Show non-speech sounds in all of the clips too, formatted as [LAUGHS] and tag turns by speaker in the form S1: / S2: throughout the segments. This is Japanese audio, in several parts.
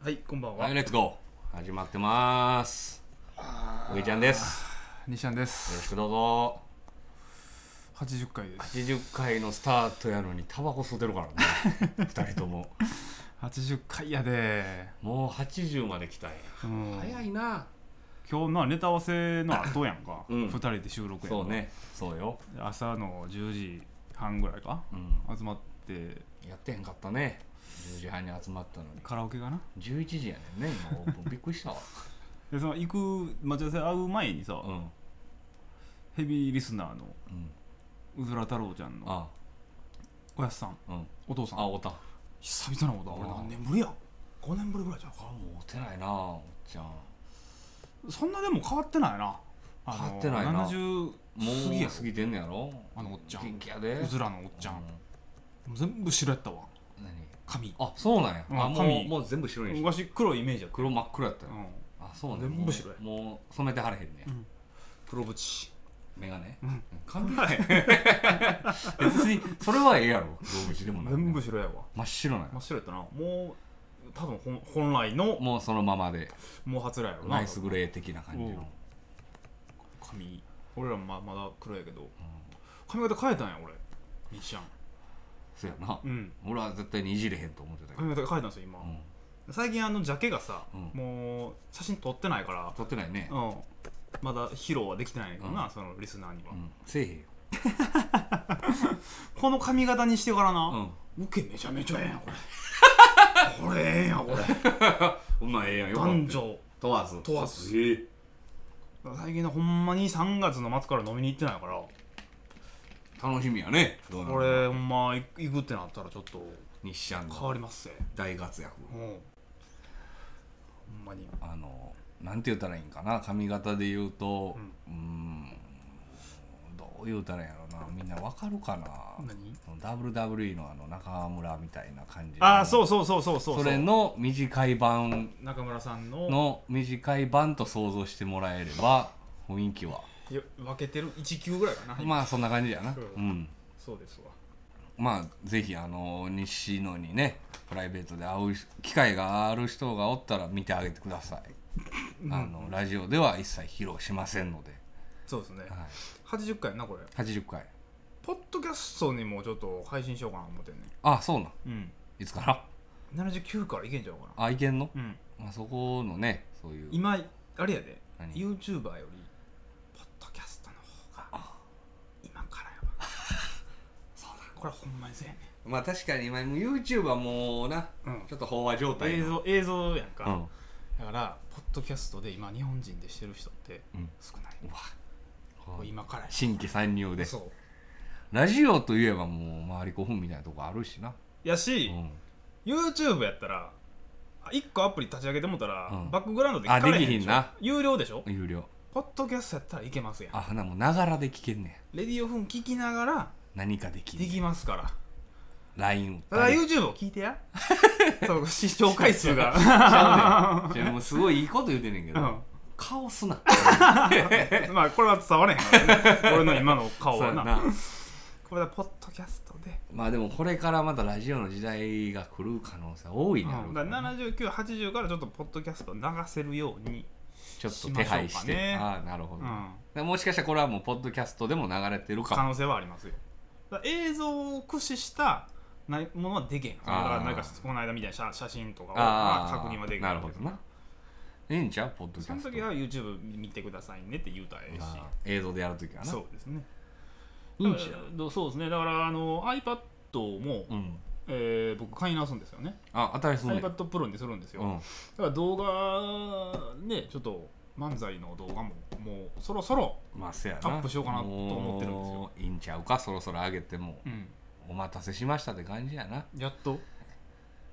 S1: はい、こんばん
S2: は
S1: は。
S2: い、レッツゴー始まってます上ちゃんです
S3: 西ちゃんで
S2: よろ
S3: す
S2: しくどうぞ
S3: 80回です
S2: 80回のスタートやのにタバコ吸って
S3: [LAUGHS]
S2: るからね二人とも
S3: 80回やで、
S2: もう80まで来たんや
S3: うん、
S2: 早いな
S3: 今日なネタ合わせの後やんか、
S2: う
S3: 二
S2: ん
S3: 2人で収録やんか
S2: そうねそうよ、
S3: 朝の10時半ぐらいか
S2: うん、
S3: 集まって
S2: やってへんかったね10時半に集まったのに
S3: カラオケかな
S2: 11時やねんね今オープンびっくりしたわ
S3: でその行く待ち合わせ会う前にさ、
S2: うん、うん、
S3: ヘビーリスナーのうずら太郎ちゃんの
S2: あ
S3: おやっさん
S2: うん
S3: お父さ
S2: あ
S3: ん
S2: おたあ
S3: 久々なことだ
S2: あー
S3: 俺なんで
S1: 年ぶりや。5年ぶりぐらいじゃん。
S2: もうおてないなおっちゃん
S3: そんなでも変わってないなあの
S2: 変わってないな
S3: 70
S2: もう
S3: 過ぎや
S2: 過ぎてんのやろ
S3: あのおっちゃん
S2: 元気やで
S3: うずらのおっちゃん、全部白やったわ
S2: うん何
S3: 髪
S2: あそうなんや、
S3: うん
S2: あもう
S3: 髪
S2: もう全部白いんや
S3: 昔黒いイメージやった、
S2: 黒真っ黒やった
S3: う
S2: よ、
S3: ん
S2: あそうなんや
S1: 全部白い
S2: もうもう染めてはれへんねや、
S3: うん
S1: プロブチ。
S2: メガネ、
S3: うん
S2: 関係ない
S3: [LAUGHS]
S2: 別にそれはええやろ動物でもない
S3: 全部白やわ
S2: 真っ白なんや
S3: 真っ白やったなもう多分本本来の
S2: もうそのままで
S3: 毛髪らやろな
S2: ナイスグレー的な感じの、
S3: うん髪俺らもままだ黒やけど髪型変えたんや俺西ちゃん
S2: そうやな、
S3: うん
S2: 俺は絶対にいじれへんと思ってたけど、
S3: 髪型変えたんですよ今、
S2: うん
S3: 最近あのジャケがさ、
S2: うん
S3: もう写真撮ってないから、
S2: 撮ってないね、
S3: うん、まだ披露はできてないけどな、
S2: うん
S3: そのリスナーには、
S2: うんせえへんよ、
S3: この髪型にしてから
S2: う
S3: な、
S2: ん
S3: ウケめちゃめちゃええやんこ
S2: [LAUGHS]
S3: れこれええやんこれ
S2: こんなんええやんよかった
S3: 男女
S2: 問わず
S3: 問わず
S2: ええ
S3: 最近なほんまに3月の末から飲みに行ってないから
S2: 楽しみやねどうなる
S3: これほんま行くってなったらちょっと
S2: 日シャン
S3: 変わ
S2: の
S3: りますね
S2: 大活躍
S3: うんほんまに
S2: あのなんて言ったらいいんかな髪型で言うとうーんどう言うたらいいんやろうなみんなわかるかな
S3: 何
S2: WWE のあの中村みたいな感じ
S3: ああそううそうそうそうそう
S2: それの短い版
S3: 中村さんの
S2: の短い版と想像してもらえれば雰囲気はい
S3: や分けてる1級ぐらいかな、
S2: まあそんな感じやな
S3: そう
S2: うん
S3: そうですわ
S2: まあぜひあの西野にねプライベートで会う機会がある人がおったら見てあげてくださいあのラジオでは一切披露しませんので、
S3: そうですね
S2: はい、
S3: 80回やなこれ
S2: 80回
S3: ポッドキャストにもちょっと配信しようかな思ってんね
S2: あそうなん
S3: うん
S2: いつから
S3: 79からいけんちゃうかな
S2: あいけんの、
S3: うん
S2: まあ、そこのねそういう
S3: 今あれやで
S2: 何
S3: YouTuber よりポッドキャストの方が今からやば [LAUGHS] そうだこれほんまにせやね
S2: まあ確かに今もう YouTube はもうな、
S3: うん
S2: ちょっと飽和状態
S3: 映像映像やんか、
S2: うん、うん
S3: だからポッドキャストで今日本人でしてる人って少ない、
S2: うわ
S3: こう今から
S2: 新規参入で
S3: そ
S2: ラジオといえばもう周り古墳みたいなとこあるしな、
S3: うや
S2: う
S3: し、
S2: ん、
S3: YouTube やったら1個アプリ立ち上げてもうたら、
S2: うん
S3: バックグラウンドで聞かれへん
S2: あできひんな
S3: 有料でしょ
S2: 有料
S3: ポッドキャストやったらいけますやん
S2: あほなもうながらで聞けんねん
S3: レディオフン聞きながら
S2: 何かできん
S3: で
S2: ねん
S3: きますから
S2: LINE
S3: ただ
S2: 打
S3: YouTube を聞いてや [LAUGHS] そう視聴回数
S2: [LAUGHS]
S3: が
S2: ったりじゃあもうすごいいいこと言うてんねんけ
S3: う
S2: ど、
S3: ん
S2: 顔す
S3: [LAUGHS]
S2: な
S3: まあこれは伝われへんからね
S2: [LAUGHS]
S3: 俺の今の顔
S2: そう
S3: は
S2: や
S3: な
S2: な
S3: これはポッドキャストで
S2: まあでもこれからまたラジオの時代が来る可能性多いな、
S3: うん、だから7980からちょっとポッドキャスト流せるように、
S2: ちょっと手配して
S3: しましょうかね
S2: ああなるほど、
S3: う
S2: だか
S3: ん、
S2: らもしかしたらこれはもうポッドキャストでも流れてるか
S3: 可
S2: も
S3: 能性はありますよだから映像を駆使したないものはでけへんだか
S2: あー
S3: らなんかこの間みたいな写写真とかをま
S2: あ
S3: あ
S2: あ
S3: 確認はでき
S2: なるほどなええんちゃうポッドキ
S3: そ
S2: ャ
S3: の
S2: スト
S3: 時は YouTube 見てくださいねって言うたらええ
S2: ああ映像でやるときは
S3: し
S2: な
S3: そうですね
S2: いいんちゃ
S3: だからそうですねだからあの iPad も、
S2: ううん
S3: えー僕買い直すんですよね、
S2: あ新しそうね
S3: iPad Pro にするんですよ、
S2: う
S3: だ
S2: ん
S3: から動画ねちょっと漫才の動画ももうそろそろ、
S2: まあせやな
S3: アップしようかなと思ってるんですよ
S2: もういいんちゃうかそろそろ上げても
S3: うん、
S2: お待たせしましたって感じやな
S3: やっと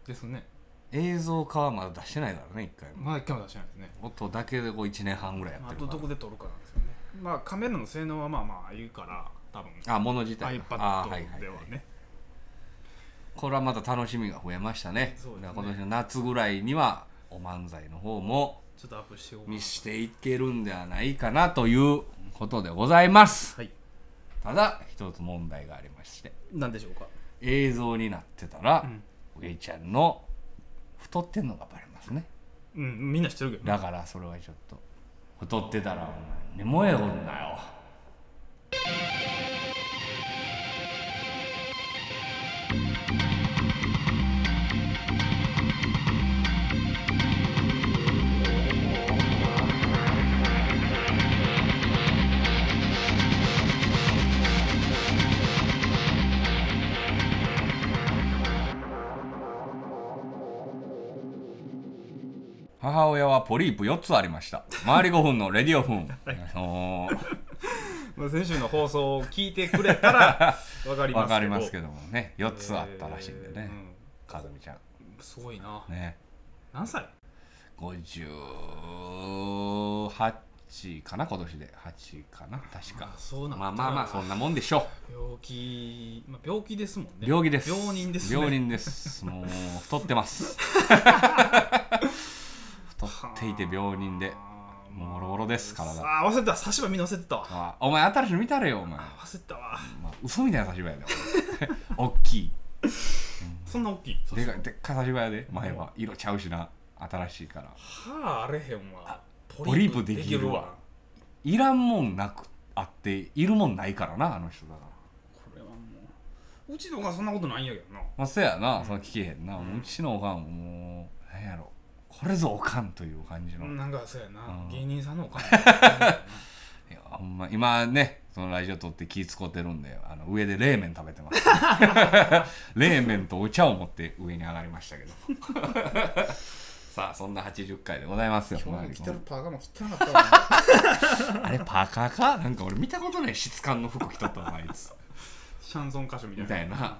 S3: ですね
S2: 映像化はまだ出してないからね一回も
S3: まだ一回も出してないですね
S2: 音だけでこう1年半ぐらいやって
S3: あ
S2: る
S3: と
S2: か
S3: どこで撮るかなんですよねまあカメラの性能はまあまあいいから多分
S2: らあ物自体
S3: iPad
S2: あはいはい
S3: ではね
S2: これはまた楽しみが増えましたね
S3: そうですね
S2: だから今年の夏ぐらいにはお漫才の方も
S3: ちょっとアップしておこうかな
S2: 見していけるんではないかなということでございます
S3: はい
S2: ただ一つ問題がありまして
S3: 何でしょうか
S2: 映像になってたら、
S3: ん
S2: 上ちゃんの太ってんのがバレますますね
S3: うんみんな知ってるけどね
S2: だからそれはちょっと劣ってたらお前燃えおんなよ母親はポリープ4つありました周り5分のレディオフンおー
S3: まあ先週の放送を聞いてくれたらわかりますけど
S2: [LAUGHS] わかりますけどもね4つあったらしいんでね、
S3: えー
S2: かずみちゃ
S3: うんすごいなん
S2: ね
S3: 何歳
S2: 58かな今年で8かな確か
S3: あそうなんだ
S2: まあまあまあそんなもんでしょ
S3: 病気、まあ、病気ですもん
S2: う
S3: ね
S2: 病気です
S3: 病人ですね
S2: 病人ですもう太ってます [LAUGHS] 太っていて病人で
S3: あー
S2: もうボロボロです体
S3: あー忘れた差し歯見んな忘れてたわ
S2: あお前新しいの見たれよお前、ま
S3: 忘れてたわ
S2: あ、嘘みたいな差し歯 [LAUGHS] やでお前おっきい
S3: そんな大きい
S2: でかでっかい差し歯やで前は色ちゃうしな新しいから
S3: 歯あれへんわ
S2: ポリープできるわいらんもんなくあっているもんないからなあの人だから
S3: これはもううちのお母さんそんなことないんやけどな
S2: まあ、そやな、その聞けへんな、うちのおかんもうなんやろこれぞおかんという感じの、
S3: うんなんかそうやな、
S2: うん
S3: 芸人さんのお金
S2: [LAUGHS]
S3: あ
S2: いやほんま今ねそのラジオ撮って気使ってるんであの上で冷麺食べてます冷麺とお茶を持って上に上がりましたけど [LAUGHS] さあそんな80回でございますよ
S3: 今日着てる
S2: ま
S3: パーカーも汚かったわ
S2: [LAUGHS] ああれパーカーかなんか俺見たことない質感の服着とったわあいつ
S3: シャンソン歌手みたい
S2: み
S3: な
S2: たいな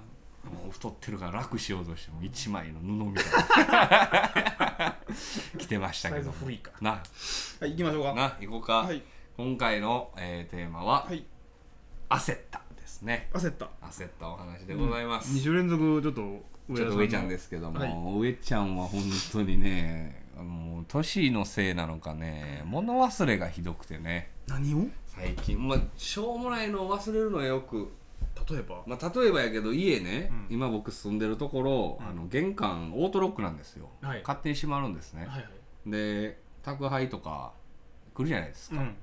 S2: もう太ってるから楽しようとしても一枚の布みたい
S3: [LAUGHS]
S2: な着てました
S3: サ
S2: け
S3: イズ
S2: ど
S3: 古いか
S2: な
S3: はい行きましょうか
S2: な行こうか、
S3: はい
S2: 今回の、えーテーマは、
S3: はい
S2: 焦ったですね
S3: 焦った
S2: 焦ったお話でございます、
S3: 2
S2: ち
S3: 週連続ちょっと
S2: ょっと上ちゃん
S3: で
S2: ですけども、
S3: は
S2: 上ちゃんは本当にねあの年のせいなのかね物忘れがひどくてね
S3: 何を
S2: 最近、まあ、しょうもないのを忘れるのはよく、
S3: 例えば
S2: まあ、例えばやけど家ね、
S3: うん
S2: 今僕住んでるところ、
S3: うん
S2: あの玄関オートロックなんですよ、
S3: はい
S2: 勝手に閉まるんですね、
S3: はいはい
S2: で宅配とか来るじゃないですか、
S3: うん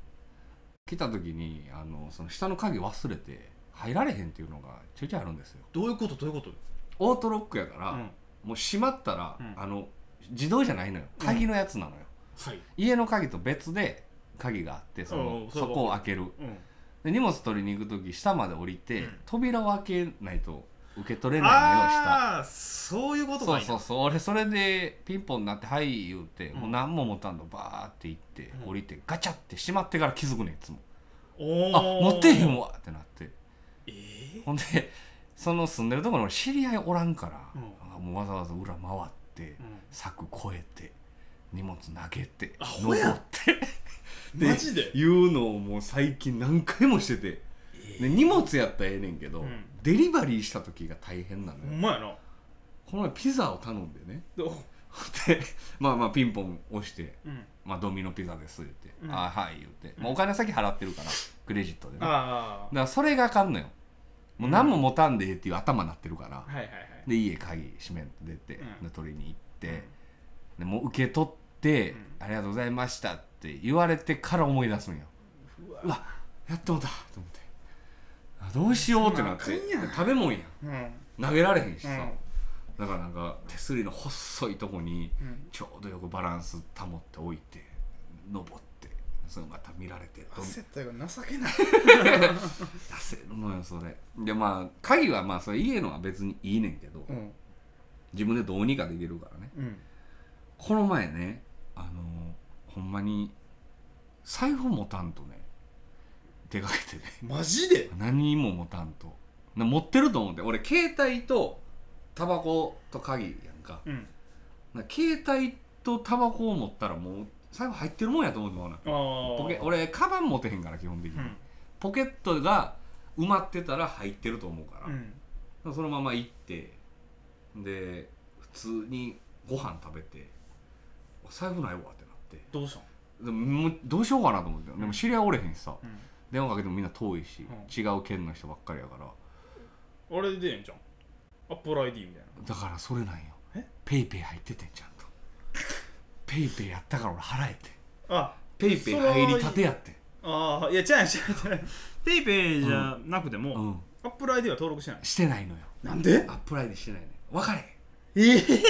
S2: 来た時にあのその下の鍵忘れて入られへんっていうのがちょいちょいあるんですよ
S3: どういうことどういうこと
S2: オートロックやから、
S3: うん
S2: もう閉まったら、
S3: うん
S2: あの自動じゃないのよ
S3: うん
S2: 鍵のやつなのよ、
S3: はい
S2: 家の鍵と別で鍵があってそ
S3: おうお
S2: の
S3: う
S2: そこを開け
S3: う
S2: る
S3: ん
S2: で荷物取りに行く時下まで降り
S3: う
S2: て、
S3: ん
S2: 扉を開けないと受け取れないのよ下
S3: ああそういうことか
S2: そうそうそう俺それでピンポンになって「はい」言うて、
S3: うん
S2: もう何も持たんのバーって行って、
S3: うん
S2: 降りてガチャって閉まってから気づくねんいつも「
S3: お
S2: あ
S3: ー
S2: 持ってへんわ」ってなって
S3: ええ
S2: ほんでその住んでるところに知り合いおらんから、
S3: うん
S2: あもうわざわざ裏回って、
S3: うん
S2: 柵越えて荷物投げて
S3: アホ
S2: 登
S3: やん
S2: ってで
S3: マジで
S2: いうのをもう最近何回もしてて、で荷物やったらええねんけど、
S3: うん
S2: デリバリーした時が大変なのよ
S3: ほ、んまやな
S2: この前ピザを頼んでね [LAUGHS]
S3: でお
S2: でまあまあピンポン押して
S3: うん
S2: 「まあ、ドミノピザです」言って「
S3: うん
S2: ああはい」言って、まあ、お金先払ってるからクレジットでねだか
S3: あ
S2: らそれがあかんのよもう何も持たんでええっていう頭になってるか
S3: あ
S2: ら、
S3: はいはいはい
S2: で家鍵閉めんと出て、
S3: うん
S2: で取りに行って、でもう受け取って、ありがとうございました」って言われてから思い出すんよ
S3: うわ
S2: うわやってもうたと思ってあどうしようってなって
S3: そんなんあかんやん
S2: で食べ物やん
S3: うん
S2: 投げられへんしさ、
S3: うん
S2: だからなんか手すりの細いとこに
S3: うん
S2: ちょうどよくバランス保っておいて登ってそのまた見られてどん
S3: 焦ったよ情け [LAUGHS] ない
S2: 出せるのよそれでまあ鍵はまあそれ家のは別にいいねんけど、
S3: うん
S2: 自分でどうにかできるからね
S3: うん
S2: この前ねあのほんまに財布持たんとね出かけてね
S3: マジで
S2: 何も持たんとな持ってると思って俺携帯とタバコと鍵やんか
S3: うん
S2: な携帯とタバコを持ったらもう財布入ってるもんやと思うてまうな
S3: ああ
S2: ポケ俺カバン持てへんから基本的に、
S3: うん
S2: ポケットが埋まってたら入ってると思うから、
S3: うん
S2: そのまま行ってで普通にご飯食べて「お財布ないわ」ってなって
S3: どうしたん
S2: でももうどうしようかなと思ってでも知り合いおれへんしさ
S3: うん
S2: 電話かけてもみんな遠いし、
S3: う
S2: 違う県の人ばっかりやから
S3: あれでええんじゃんアップル ID みたいな
S2: だからそれなんよ
S3: え
S2: ペイペイ入っててんちゃんとペイペイやったから俺払えて
S3: あ
S2: ペイペイ入りたてやって
S3: ああいや違う違う違うペイペイじゃなくても、
S2: うん
S3: アップル ID は登録してない
S2: してないのよ
S3: なんで
S2: アップライでしてないね分かれへん
S3: ええ
S2: 分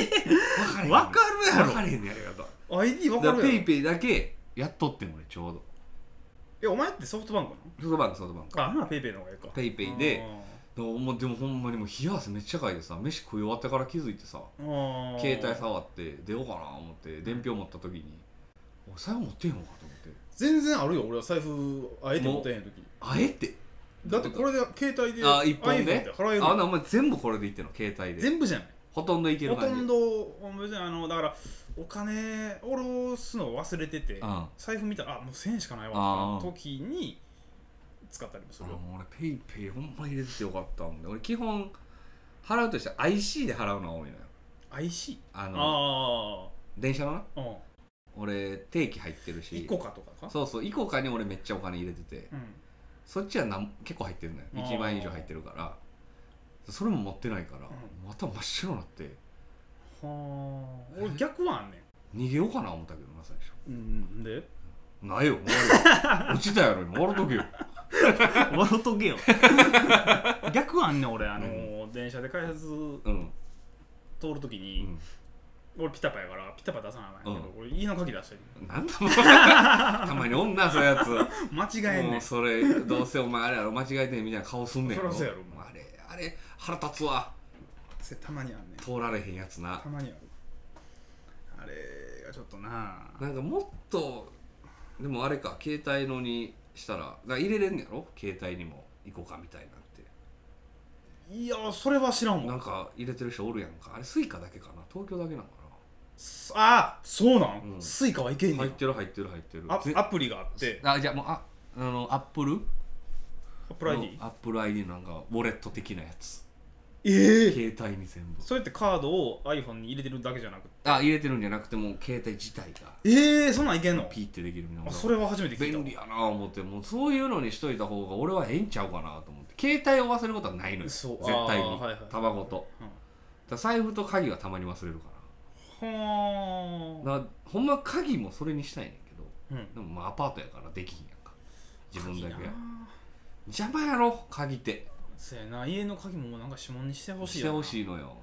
S2: かれへん
S3: わかるやろ
S2: 分かれへんねやり方
S3: ID 分か
S2: だから
S3: る
S2: ペ
S3: や
S2: イペイだけやっとってん俺ちょうど
S3: えお前ってソフトバンクな
S2: ソフトバンクソフトバンク
S3: のああならペイペイの方がいいか
S2: ペイペイで
S3: あ
S2: でももうでもほんまにもう冷や汗めっちゃかいてさ飯食い終わってから気づいてさ
S3: ーあー
S2: 携帯触って出ようかな思って伝票持った時に俺財布持ってへんのかと思って
S3: 全然あるよ俺は財布あえて持ってへん時
S2: あえて
S3: だってこれで携帯で
S2: あ一本
S3: iPhone っ
S2: ね
S3: て払える
S2: あなお前全部これでいってんの携帯で
S3: 全部じゃない
S2: ほとんどいける
S3: ほと
S2: 感じ
S3: んど別にあのだからお金下ろすの忘れてて、
S2: うん
S3: 財布見たらあもう1000円しかない
S2: あ
S3: わ
S2: ー
S3: って時に使ったりもす
S2: あ
S3: るよ
S2: もう俺ペイペイほんま入れててよかったもんね俺基本払うとしたら IC で払うのが多いのよ
S3: IC?
S2: あ
S3: あ
S2: の電車のな
S3: あ、うん、
S2: 俺定期入ってるし
S3: 1個かとかか
S2: そうそうイコカに俺めっちゃお金入れてて
S3: うん
S2: そっちはなん結構入ってるのよ
S3: あー
S2: 1万円以上入ってるからそれも持ってないから、
S3: う
S2: また真っ白になって
S3: [LAUGHS] はあ俺逆はあんね
S2: 逃げようかな思ったけどな最初
S3: ん、うん、で
S2: ないよ終わ
S3: [LAUGHS]
S2: るよ落ちたやろ今終わるとけよ
S3: 笑っとけよ [LAUGHS] 逆はあんねん俺あのー、電車で改札
S2: うん、
S3: 通るとき
S2: う
S3: に、
S2: ん、
S3: 俺ピタパやからピタパ出さなあかんやけど、俺家の鍵出してる
S2: なんだも
S3: [LAUGHS]
S2: うたまに女そういうやつ
S3: 間違えんね
S2: も
S3: ん
S2: うそれどうせお前あれやろ間違えてんみたいな顔すんねん
S3: そらそうやろ
S2: もうあれあれ腹立つわ
S3: それたまにあんねん
S2: 通られへんやつな
S3: たまにあるあれがちょっとな
S2: なんかもっとでもあれか携帯のにしたらなんか入れれんねやろ携帯にも行こうかみたいなんて
S3: いやそれは知らん
S2: な
S3: わ
S2: んか入れてる人おるやんかあれスイカだけかな東京だけなのか
S3: すあそうなん、
S2: うん
S3: スイカはいけんね
S2: な入っ
S3: ん
S2: てる入ってる入ってる
S3: ア
S2: ぜ
S3: アプリがあって
S2: あじゃあもうああのアップル
S3: アップル ID?
S2: アップル ID なんかウォレット的なやつ
S3: ええ
S2: 携帯に全部
S3: それってカードを iPhone に入れてるだけじゃなくて
S2: あ入れてるんじゃなくてもう携帯自体が
S3: ええそんなんいけんの
S2: ピーってできるみたいな
S3: あそれは初めて聞いた
S2: 便利やな思ってもうそういうのにしといた方が俺はええんちゃうかなと思って携帯を忘れることはないのよ
S3: そ
S2: 絶
S3: う
S2: 対
S3: あー
S2: に
S3: はいはい
S2: タバコとだから財布と鍵はたまに忘れるか
S3: はあ
S2: らだからほんま鍵もそれにしたいねんけど
S3: うん
S2: でもまあアパートやからできひんやんか自分だけ
S3: 鍵な
S2: 邪魔やろ鍵って
S3: せやな家の鍵ももうなんか指紋にしてほしい
S2: し
S3: よ
S2: て
S3: な
S2: ほしいのよ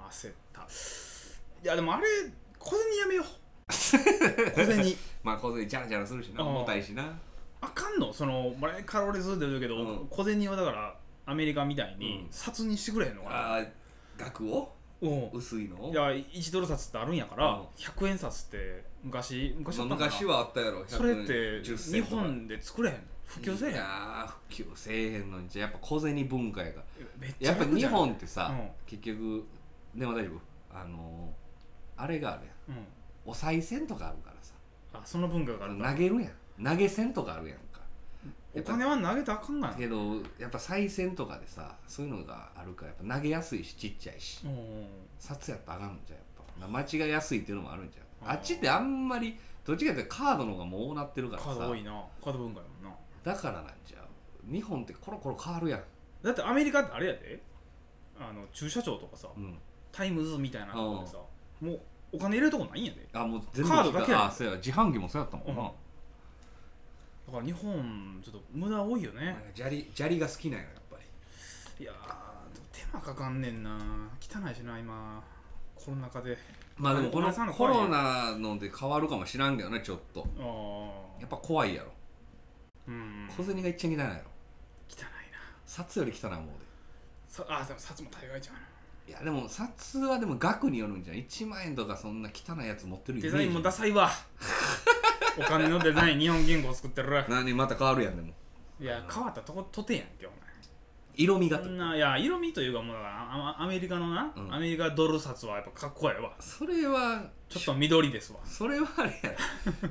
S3: あー焦ったいやでもあれ小銭やめよ
S2: [LAUGHS]
S3: う小銭
S2: まあこういうジャラジャラするしな
S3: あー
S2: 重たいしな
S3: あかんのそのマレーカロリーズで言うけど、
S2: うん
S3: 小銭はだからアメリカみたいうに
S2: ん
S3: 札にしてくれへんのかな、
S2: あー額を
S3: うん
S2: 薄いのを
S3: いや1ドル札ってあるんやから、
S2: うん
S3: 100円札って昔昔あ
S2: ま
S3: った
S2: あ
S3: んかな
S2: 昔はあったやろ
S3: それって
S2: 110
S3: 日
S2: 銭とか
S3: 本で作れへんの普及せえへん
S2: いやー普及せえへんのにじゃあやっぱ小銭文化やから
S3: めっちゃ
S2: やっぱ
S3: 楽じ
S2: 日
S3: ゃん、
S2: 本ってさ、
S3: うん
S2: 結局でも大丈夫あのー、あれがあるやん
S3: うん、
S2: お賽銭とかあるからさ
S3: あその文化があるな
S2: 投げるやん投げ銭とかあるやんか
S3: お金は投げたらあかんがな
S2: けどやっぱ賽銭とかでさそういうのがあるからやっぱ投げやすいしちっちゃいし
S3: うん
S2: 札やったらあかんのじゃんやっぱ間違いやすいっていうのもあるんじゃん
S3: あ
S2: あ
S3: ー
S2: っちってあんまりどっちかっていうとカードの方がもうなってるから
S3: カード多
S2: さ
S3: いなカード文化やもんな
S2: だからなんじゃう日本ってコロコロ変わるやん、
S3: だってアメリカってあれやであの駐車場とかさ、
S2: うん、
S3: タイムズみたいなとこでさ、もうお金入れるとこないんやで
S2: あもう全部
S3: カードだけやん
S2: あそうや自販機もそうやったもんな、
S3: うんだから日本ちょっと無駄多いよね、
S2: 砂利砂利が好きなんややっぱり
S3: いやーでも手間かかんねんな汚いしな今コロナ禍で
S2: まあでもこ
S3: お
S2: の
S3: 客さんの
S2: コ
S3: 声
S2: ロナので変わるかもしらんけどねちょっと
S3: あ
S2: や
S3: あ
S2: っぱ怖いやろ
S3: うん
S2: 小銭が一番汚いやろ
S3: 汚いな
S2: 札より汚いもんで
S3: さあーでも札も大概じゃん
S2: いやでも札はでも額によるんじゃない1万円とかそんな汚いやつ持ってるイメ
S3: デ
S2: ージ
S3: ザインもダサい
S2: [LAUGHS]
S3: わお金のデザイン日本銀行作ってるら
S2: 何また変わるやんでも
S3: いや変わったとことてやんけお
S2: 色味が
S3: 前
S2: と
S3: そんないや色味というかもうだからあアメリカのな、
S2: うん
S3: アメリカドル札はやっぱかっこええわ
S2: それは
S3: ちょっと緑ですわ
S2: それはあれや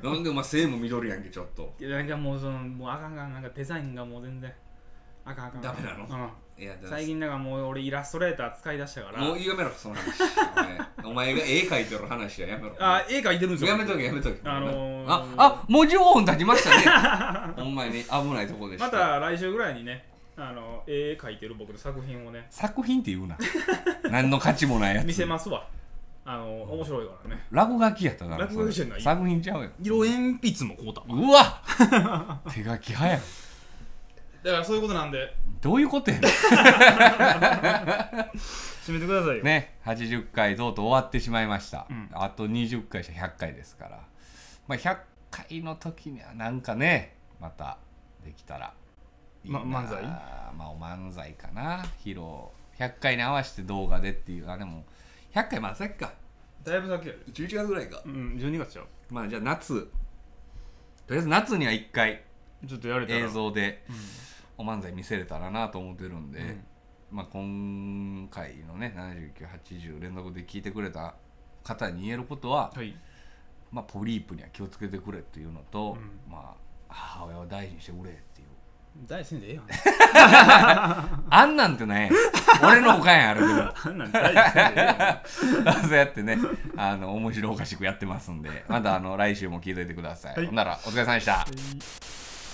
S3: [LAUGHS]
S2: なんでお前背も緑やんけちょっと
S3: いやなんかもうそのもうあかんあかんなんかデザインがもう全然あかんあかん
S2: ダメなの
S3: うん
S2: いやだから
S3: 最近なんかもう俺イラストレーター使い出したから
S2: もうやめろ
S3: [LAUGHS]
S2: その話お前お前が絵描いてる話はやめろ
S3: あ絵描いてるんですよ
S2: やめとけやめとけ
S3: あのー
S2: ああもう15分経ちました
S3: [LAUGHS]
S2: ねほんまに危ないとこでした
S3: また来週ぐらいにねあの絵描いてる僕の作品をね
S2: [LAUGHS] 作品って言うな何の価値もないやつ
S3: 見せますわあの面白いからね
S2: 落書きやったから
S3: 落書きじゃない
S2: それ作品ちゃうよ
S1: 色鉛筆もこうた
S2: うわ [LAUGHS] 手書き早い
S3: だからそういうことなんで
S2: どういうことやね
S3: 締めてくださいよ、
S2: んね80回とうとう終わってしまいました、
S3: うん
S2: あと20回しか100回ですから、まあ、100回の時にはなんかねまたできたらいいな
S3: ま漫才
S2: まあお漫才かな披露100回に合わせて動画でっていうあでも100回まあ先か
S3: だいぶ先やで
S2: 11月ぐらいか
S3: うん12月ちゃう
S2: まあじゃあ夏とりあえず夏には1回
S3: ちょっとやれたら
S2: 映像で
S3: うん
S2: お漫才見せれたらなと思ってるんで、まあ、今回のね7980連続で聞いてくれた方に言えることは、
S3: はい
S2: まあ、ポリープには気をつけてくれっていうのと、
S3: うん
S2: まあ、母親を大事にしてくれっていう
S3: 大戦でええやん
S2: あんなんてね [LAUGHS] 俺のおかんやあれでも
S3: [LAUGHS] あんなん大戦でええやん
S2: [LAUGHS] そうやってねあの面白おかしくやってますんでまたあの来週も聞いといてください、
S3: はい
S2: ほんならお疲れ様でした